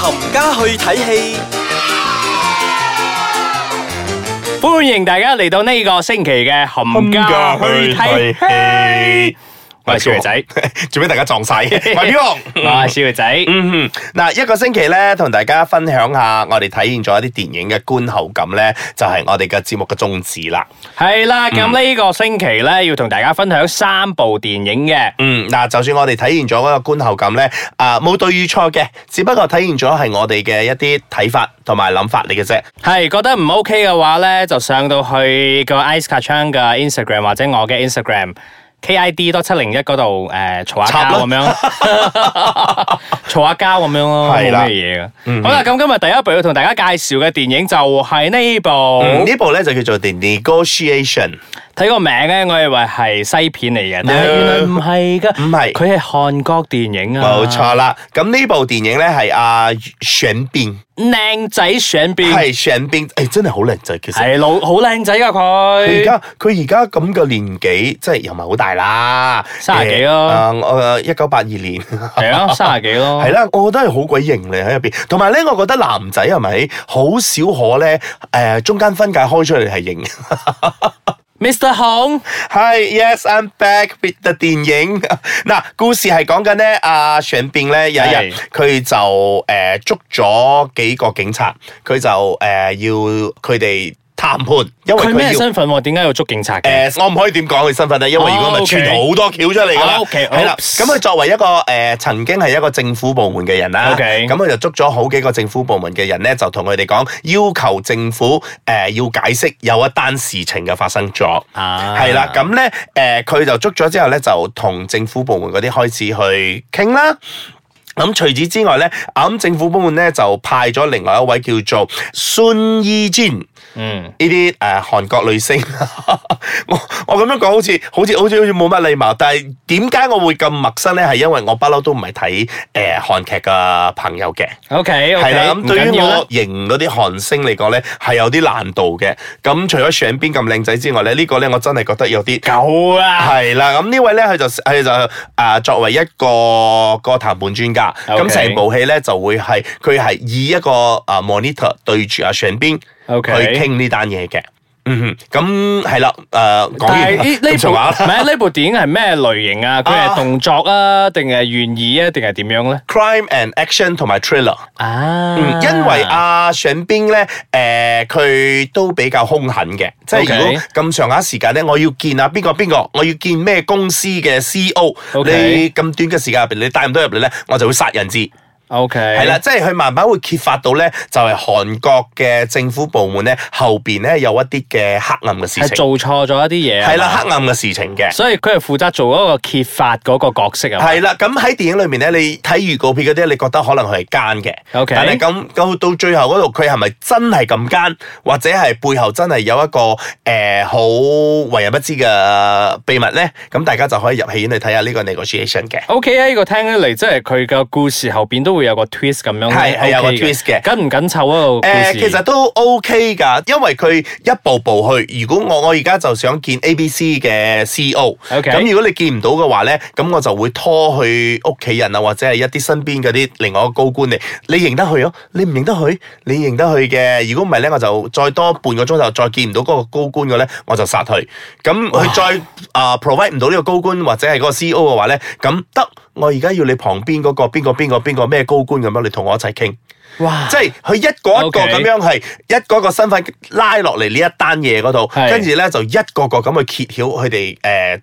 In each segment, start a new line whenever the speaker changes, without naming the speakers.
冚家去睇戲，
欢迎大家嚟到呢个星期嘅冚家去睇戏，我系小肥仔，
做咩大家撞 晒？我係飄紅
我系小肥仔，
嗯哼，嗱，一個星期咧，同大家分享下我哋體驗咗一啲電影嘅觀後感咧，就係我哋嘅節目嘅宗旨啦。
系啦，咁呢个星期咧要同大家分享三部电影嘅，
嗯，嗱，就算我哋體驗咗嗰個觀後感咧，啊，冇對與錯嘅，只不過體驗咗係我哋嘅一啲睇法同埋諗法嚟嘅啫。
系覺得唔 OK 嘅話咧，就上到去個 Ice c a c h a n 嘅 Instagram 或者我嘅 Instagram。KID 多七零一嗰度诶，嘈下
插
交
咯
咁樣， 嘈下交咁樣咯，冇
係啦嗯
咩嘢嘅。好啦，咁今日第一部要同大家介紹嘅電影就係呢
嗯
部，
呢部咧就叫做《The Negotiation》，
睇個名咧，我以為係西片嚟嘅，但係原來唔係噶，
唔係
佢係韓國電影啊，
冇。錯啦。咁呢部電影咧係阿玄彬，
靚仔上邊
係玄彬，誒真係好靚仔，其實。
係老好靚仔噶
佢而
佢，
家佢而家咁嘅年紀，即係又唔係好大啦，
三十幾咯
啊，我一九八二年。
係啊，三十幾咯
係。啦，我覺得係好鬼型咧喺入邊，同埋咧，我覺得男仔係咪好少可咧？誒、中間分界開出嚟係型。
Mr. 孔，
係 Yes I'm back with the 電影。 嗱，故事係講緊咧，阿上邊咧有一
係
日佢就誒、呃捉咗幾個警察，佢就誒、呃要佢哋談判，因為
佢咩
佢要。
身份喎？點解要捉警察嘅？
誒、我唔可以點講佢身份咧，啊因為如果咪
哦
傳
OK
好多橋出嚟㗎啦
哦。，OK，
係啦，
oops
咁佢作為一個誒、曾經係一個政府部門嘅人啦，
OK
咁佢就捉咗好幾個政府部門嘅人咧，就同佢哋講要求政府誒、要解釋有一單事情嘅發生咗。
啊
係啦，咁咧誒佢就捉咗之後咧，就同政府部門嗰啲開始去傾啦。咁除此之外咧，咁政府部門咧就派咗另外一位叫做孫伊堅。
嗯，
呢啲誒韓國女星， 我我咁樣講好似好似好似好似冇乜禮貌，但係點解我會咁陌生咧？係因為我不嬲都唔係睇誒韓劇嘅朋友嘅，
OK，
係啦。咁對於我
我
型嗰啲韓星嚟講咧，係有啲難度嘅。咁除咗上邊咁靚仔之外咧，呢、個咧我真係覺得有啲。
狗啊，
係啦，咁呢位咧，佢就佢就啊、作為一個個談判專家，咁
啊 OK
成部戲咧就會係佢係以一個啊 monitor 對住阿上邊
OK
去傾呢單嘢嘅。嗯哼，咁係啦，誒、講
但
完
係呢呢
咁上下
部唔
啦
係呢部電影係咩類型啊？佢係
啊
動作啊，定係懸疑啊，定係點樣咧？
crime and action 同埋 thriller。
啊
嗯，因為阿上邊咧，誒、呃佢都比較兇狠嘅，即係
OK
如果咁長下時間咧，我要見啊邊個邊個，我要見咩公司嘅 CEO，
OK
你咁短嘅時間入邊，你帶唔到入嚟咧，我就會殺人質。
OK
係啦，，即係佢慢慢會揭發到咧，就係韓國嘅政府部門咧後邊咧有一啲嘅黑暗嘅事
係
情，
做錯咗一啲嘢啊，
係啦
係嘛
黑暗嘅事情嘅。
所以佢係負責做嗰個揭發嗰個角色啊嘛。
係啦，咁喺電影裏面咧，你睇預告片嗰啲，你覺得可能佢係奸嘅
OK
但係咁到到最後嗰度，佢係咪真係咁奸，或者係背後真係有一個誒好、為人不知嘅秘密咧？咁大家就可以入戲院去睇下呢個 negotiation 嘅。
O K 啊，呢個聽起嚟即係佢嘅故事後邊都會有個 twist 咁樣，
係係有個
OK 嘅
twist 嘅
緊唔緊湊啊個故
誒、
事？
呃其實都 OK 㗎，因為佢一步步去。如果我我而家就想見 ABC 嘅 CEO，咁
OK
如果你見唔到嘅話咧，咁我就會拖去屋企人啊，或者係一啲身邊嗰啲另外一個高官嚟。你認得佢咯？你唔認得佢？你認得佢嘅？如果唔係咧，我就再多半個鐘頭再見唔到嗰個高官嘅咧，我就殺佢。咁佢再啊、provide 唔到呢個高官或者係嗰個 CEO 嘅話咧，咁得我而家要你旁邊嗰、個邊個邊個邊個咩高官咁樣，你同我一齊傾。
哇
即，係佢一個一個
OK
咁樣係一個一個身份拉落嚟呢一單嘢嗰度，
係
跟住咧就一個個咁去揭曉佢哋誒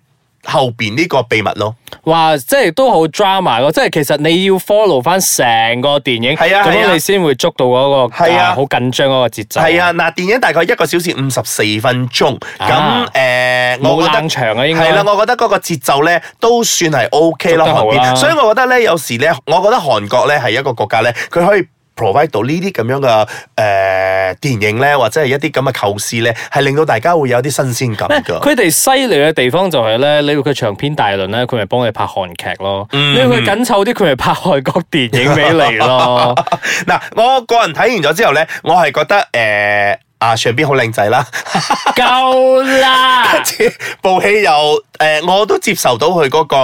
後邊呢個秘密咯。
哇，即係都好 drama 咯，即係其實你要 follow 翻成個電影，
係啊
咁
係
樣
啊
你先會捉到嗰個
係啊
好緊張嗰個節奏，
係啊，，嗱，電影大概一個小時五十四分鐘，
啊
咁誒，
冇
我覺
冷
得。
場啊，應該
係啦，我覺得嗰個節奏咧都算係 O K
捉
咯，
得好
韓
啦
片。所以我覺得咧，有時咧，我覺得韓國咧係一個國家咧，佢可以 provide 到呢啲咁樣嘅誒、呃電影咧，或者係一啲咁嘅構思咧，係令到大家會有啲新鮮感
咩
㗎。
佢哋犀利嘅地方就係咧，你要佢長篇大論咧，佢咪幫你拍韓劇咯；
嗯
你要佢緊湊啲，佢咪拍韓國電影俾你咯。
嗱，我個人睇完咗之後咧，我係覺得誒、呃啊上邊好靚仔啦，
夠啦！
部戲又誒、呃我都接受到佢嗰個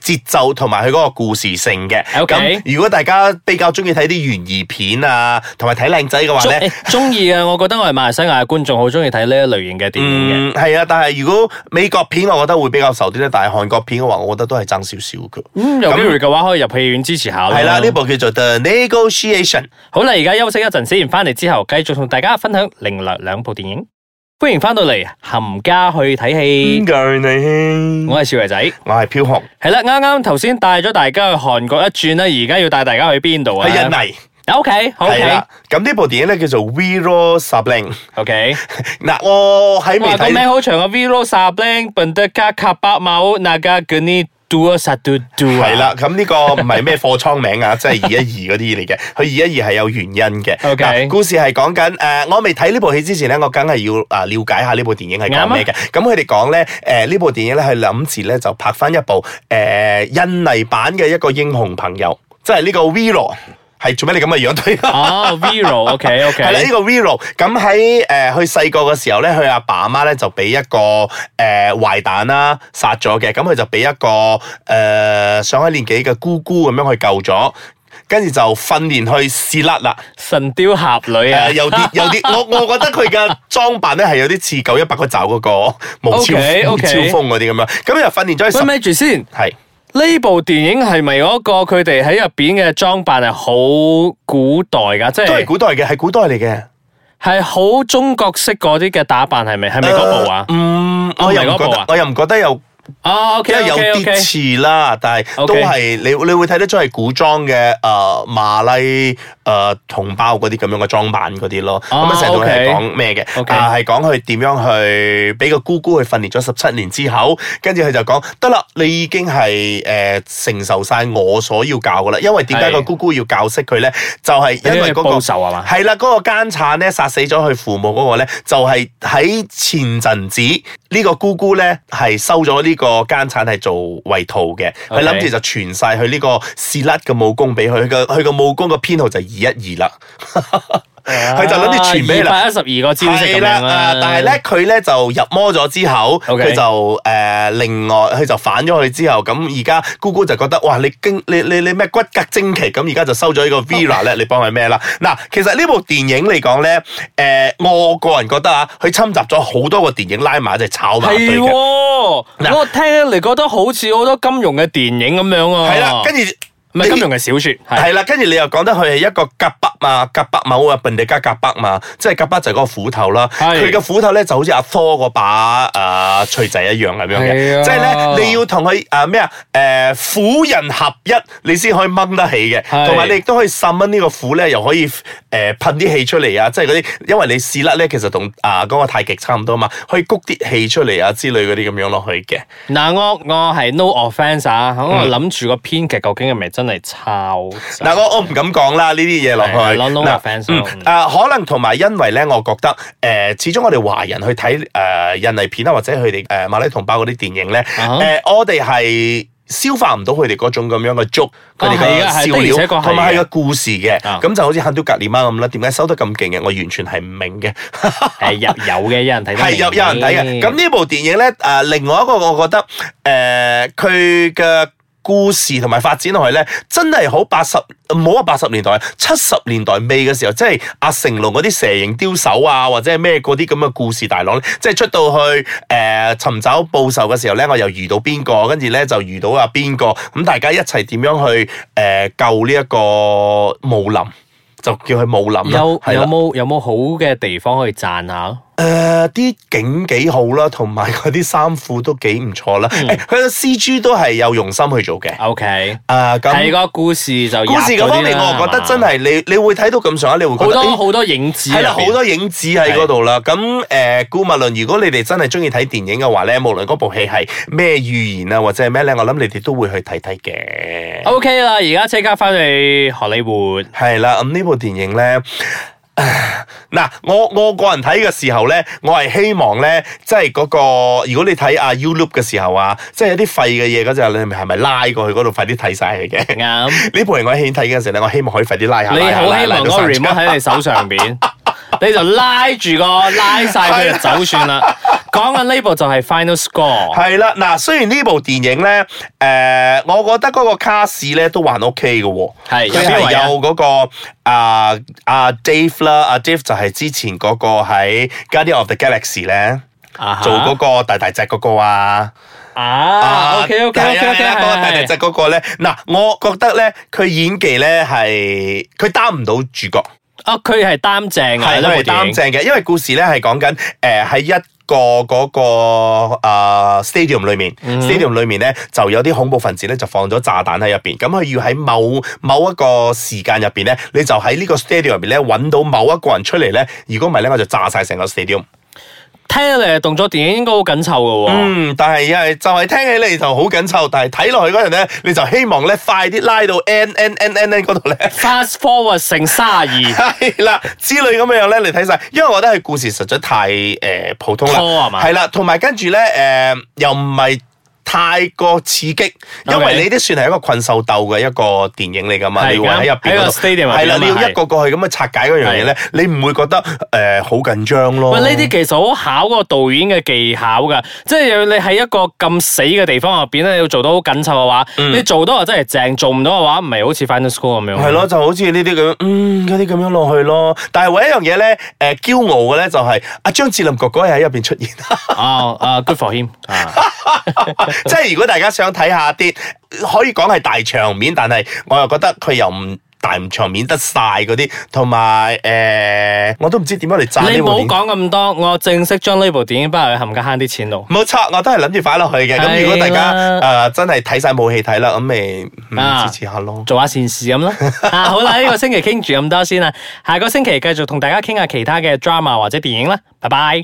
節奏同埋佢嗰個故事性嘅。
OK
如果大家比較中意睇啲懸疑片啊，同埋睇靚仔嘅話
中
咧。
誒中意啊嘅，我覺得我哋馬來西亞嘅觀眾好中意睇呢一類型嘅電影嘅。
嗯，係啊，但係如果美國片，我覺得會比較受啲咧。但係韓國片嘅話，我覺得都係爭少少嘅。
嗯，有機會嘅話可以入戲院支持下啦。
係啦，呢部叫做《The Negotiation》。
好啦，而家休息一陣先，翻嚟之後繼續同大家分享另外兩部電影。歡迎翻到嚟冚家去睇戲，
我
我係少爺仔。
我係飄紅，
係啦，啱啱頭先帶咗大家去韓國一轉啦，而家要帶大家去邊度啊？
係印尼。
O K，好
係
K
啦，咁呢部電影咧叫做《Vero Sabling》。
O K。
嗱，我喺 未
哇，個名
睇，
好長啊！Vilo Sabling Bendeka Kapakmau Naga Geni Dua Satu Dua。
係啦，咁呢個唔係咩貨倉名啊，即 係二一二嗰啲嚟嘅。佢二一二係有原因嘅。
OK
嗱故事係講緊誒，我未睇呢部戲之前咧，我梗係要啊了解下呢部電影係講
啊
咩嘅。咁佢哋講咧，誒呢部電影咧係諗住咧就拍翻一部誒印尼版嘅一個英雄朋友，即係呢個 Vero。係做咩你咁嘅樣對？
哦，Vilo，OK
係啦，呢
OK。
個 Vero 咁喺誒呃佢細個嘅時候咧，佢阿爸阿媽咧就俾一個誒、呃、壞蛋啦殺咗嘅，咁佢就俾一個誒、呃上咗年紀嘅姑姑咁樣去救咗。跟住就訓練去試甩啦，
神雕俠侶
誒、
啊
有啲有啲，我我覺得佢嘅裝扮咧係有啲似九一八嗰爪嗰個毛超
OK，OK
毛超風嗰啲咁樣，咁又訓練咗佢
喂，
十
咪住先，
係
呢部電影係咪嗰個佢哋喺入邊嘅裝扮係好古代㗎？即
都係
係
古代嘅，係古代嚟嘅。
係好中國式嗰啲嘅打扮係咪？係咪嗰部啊？
嗯，我又唔
唔
覺
係嗰部啊
得，我又唔覺得有。
哦
即係有
，OK，OK，OK。
啲似啦，但係
OK
都係你你會睇得出係古裝嘅誒、呃、馬拉誒、呃同胞嗰啲咁樣嘅裝扮嗰啲咯。咁
哦
啊成套戲係
OK
講咩嘅？
OK
啊係講佢點樣去俾個姑姑去訓練咗十七年之後，跟住佢就講得啦，你已經係誒、呃承受晒我所要教噶啦。因為點解
係
個姑姑要教識佢咧？就係、因為嗰、個
報仇啊係嘛？
係啦，嗰、個奸賊咧殺死咗佢父母嗰個咧，就係、喺前陣子呢、個姑姑咧係收咗呢個奸賊係做為徒嘅，佢
OK
諗住就傳晒佢呢個士甩嘅武功俾佢，佢個佢個武功嘅編號就係二一二啦。
佢
啊就諗住傳俾你啦
二百一十二個招式咁
係
樣
啦，
啦
啊。但係咧佢咧就入魔咗之後，佢
OK
就誒、呃另外佢就反咗佢之後，咁而家姑姑就覺得哇你經你你你咩骨骼精奇，咁而家就收咗呢個
哦
Vera 咧，你幫佢咩啦？嗱，其實呢部電影嚟講咧，誒、我個人覺得啊，佢侵襲咗好多個電影拉埋一齊炒埋一
係
堆
喎，
嘅，嗱
我聽起嚟覺得好似好多金庸嘅電影咁樣啊。
係啦，跟住。
唔係金庸嘅小説，係
係啦，跟住你又講得佢係一個夾北嘛，夾北某啊，笨地加夾北嘛，即係夾北就係嗰個斧頭啦。
係
佢嘅斧頭咧就好似阿 Thor 嗰把誒錘仔一樣咁樣
係啊
嘅，即係咧你要同佢誒咩啊誒斧人合一，你先可以掹得起
係
嘅。同埋你亦都可以滲蚊呢個斧咧，又可以誒噴啲氣出嚟啊！即係嗰啲，因為你試甩咧，其實同啊嗰個太極差唔多嘛，可以谷啲氣出嚟啊之類嗰啲咁樣落去嘅。
嗱，我我係 no offence 啊，
嗯
我諗住個編劇究竟係咪真係抄襲？
嗱，我我唔敢講啦，呢啲嘢落去。
係，no- no
嗱
offence，
嗯
嗯
啊，可能同埋因為咧，我覺得誒，始終我哋華人去睇誒印尼片啊，或者佢哋誒馬來同胞嗰啲電影咧，
啊
誒我哋係。消化唔到佢哋嗰種咁樣嘅粥，佢哋
係
嘅
啊係
笑
的而且
料，
確係
同埋佢
嘅
嘅故事嘅，
啊
咁就好似《肯都格里媽》咁啦。點解收得咁勁嘅？我完全係唔明嘅。
係有有嘅，有人睇得
係有有人
嗯
睇嘅。咁呢部電影咧，誒、另外一個我覺得誒佢嘅故事同埋發展落去咧，真係好八十唔好話八十年代，七十年代尾嘅時候，即係阿成龍嗰啲蛇形刁手啊，或者係咩嗰啲咁嘅故事大佬咧，即係出到去誒、呃、尋找報仇嘅時候咧，我又遇到邊個，跟住咧就遇到啊邊個，咁大家一齊點樣去誒、呃救呢一個武林，就叫佢武林啦
有
係啦
有冇有冇好嘅地方可以讚下？
誒呃啲、景幾好啦，同埋嗰啲衫褲都幾唔錯啦。
嗯
誒佢嘅 C G 都係有用心去做嘅。
O K，
啊咁、
睇個故事就
故事
入咗
嗰方面，
啲啦
我覺得真
係嘛
係你你會睇到咁上下，你會
好
覺得
多
誒
好多啊影子入邊，
係啦，好多影子喺嗰度啦。咁誒、呃，顧物論，如果你哋真係中意睇電影嘅話咧，無論嗰部戲係咩語言啊，或者係咩咧，我諗你哋都會去睇睇嘅。
O K 啦，而家即刻翻去荷里活。
係啦，咁呢部電影咧。唉嗱，我我個人睇嘅時候咧，我係希望咧，即係嗰、個，如果你睇啊 U Loop 嘅時候啊，即係有啲廢嘅嘢嗰陣，你係咪拉過去嗰度快啲睇晒佢嘅？
啱，
呢部戲我喺戲院睇嘅時候咧，我希望可以快啲拉下。
你
拉下
好希
拉
望
下
嗰個
拉到散場
remote 喺你手上邊。你就拉住個拉晒佢就走算啦。講緊呢部就係 Final Score，
係啦，嗱，雖然呢部電影咧，誒、我覺得嗰個卡士咧都還 OK 嘅喎，
係有
佢
邊
係
位啊
有嗰、個啊啊 Dave 啦，阿 Dave 就係之前嗰個喺 Guardian of the Galaxy 咧。
啊哈
做嗰個大大隻嗰個啊，
啊，OK OK
係
OK
啊
OK，
係啊嗰個大大隻嗰個咧，嗱，我覺得咧，佢演技咧係佢擔唔到主角，
啊，佢係擔正嘅
係
呢
佢
部
係
電
擔
影。
正嘅，因為故事咧係講緊誒喺一個嗰個呃 stadium 裏面，stadium 裏面咧就有啲恐怖分子咧就放咗炸彈喺入邊，咁佢要喺某某一個時間入邊咧，你就喺呢個 stadium 入邊咧揾到某一個人出嚟咧，如果唔係咧我就炸晒成個 stadium。
聽你係動作電影應該好緊湊嘅喎。
嗯，但係因為就係聽起嚟就好緊湊，但係睇落去嗰陣咧，你就希望咧快啲拉到 N N N N N 嗰度咧。
Fast forward 成三廿二，
係啦，之類咁樣咧，你睇晒，因為我覺得佢故事實在太誒、呃普通啦，
拖係嘛
係啦，同埋跟住咧誒又唔係。太過刺激，因
OK
為你都算係一個困獸鬥嘅一個電影嚟㗎嘛，
係
你會喺入
啱喺
邊
個
嗰度
stadium 入邊
係啦，
啊嘛
你要一個個去咁樣拆解嗰樣嘢咧，你唔會覺得誒好緊張咯。
喂，呢啲其實好考個導演嘅技巧噶，即係你喺一個咁死嘅地方入邊咧，你要做到好緊湊嘅話，你做到啊真係正，做唔到嘅話唔係好似 Final Score 咁樣。
係咯，就好似呢啲咁，嗯，嗰啲咁樣落去咯。但係唯一一樣嘢咧，誒、驕傲嘅咧就係、阿張智霖哥哥係喺入邊出現，
啊啊，Good for him 啊，
即係如果大家想睇下啲可以講係大場面，但係我又覺得佢又唔大唔場面得晒嗰啲，同埋誒，我都唔知點樣嚟讚
你
呢
唔
部
好
電影。
講咁多，我正式將呢部電影包去冚家慳啲錢度。
冇錯，我都係諗住擺落去嘅。咁如果大家
係
誒、
啦
真係睇晒冇戲睇啦，咁咪
啊
嗯支持下咯。
做下善事咁 啦。啊，好啦，呢、個星期傾住咁多先啦，下個星期繼續同大家傾下其他嘅 drama 或者電影啦，拜拜。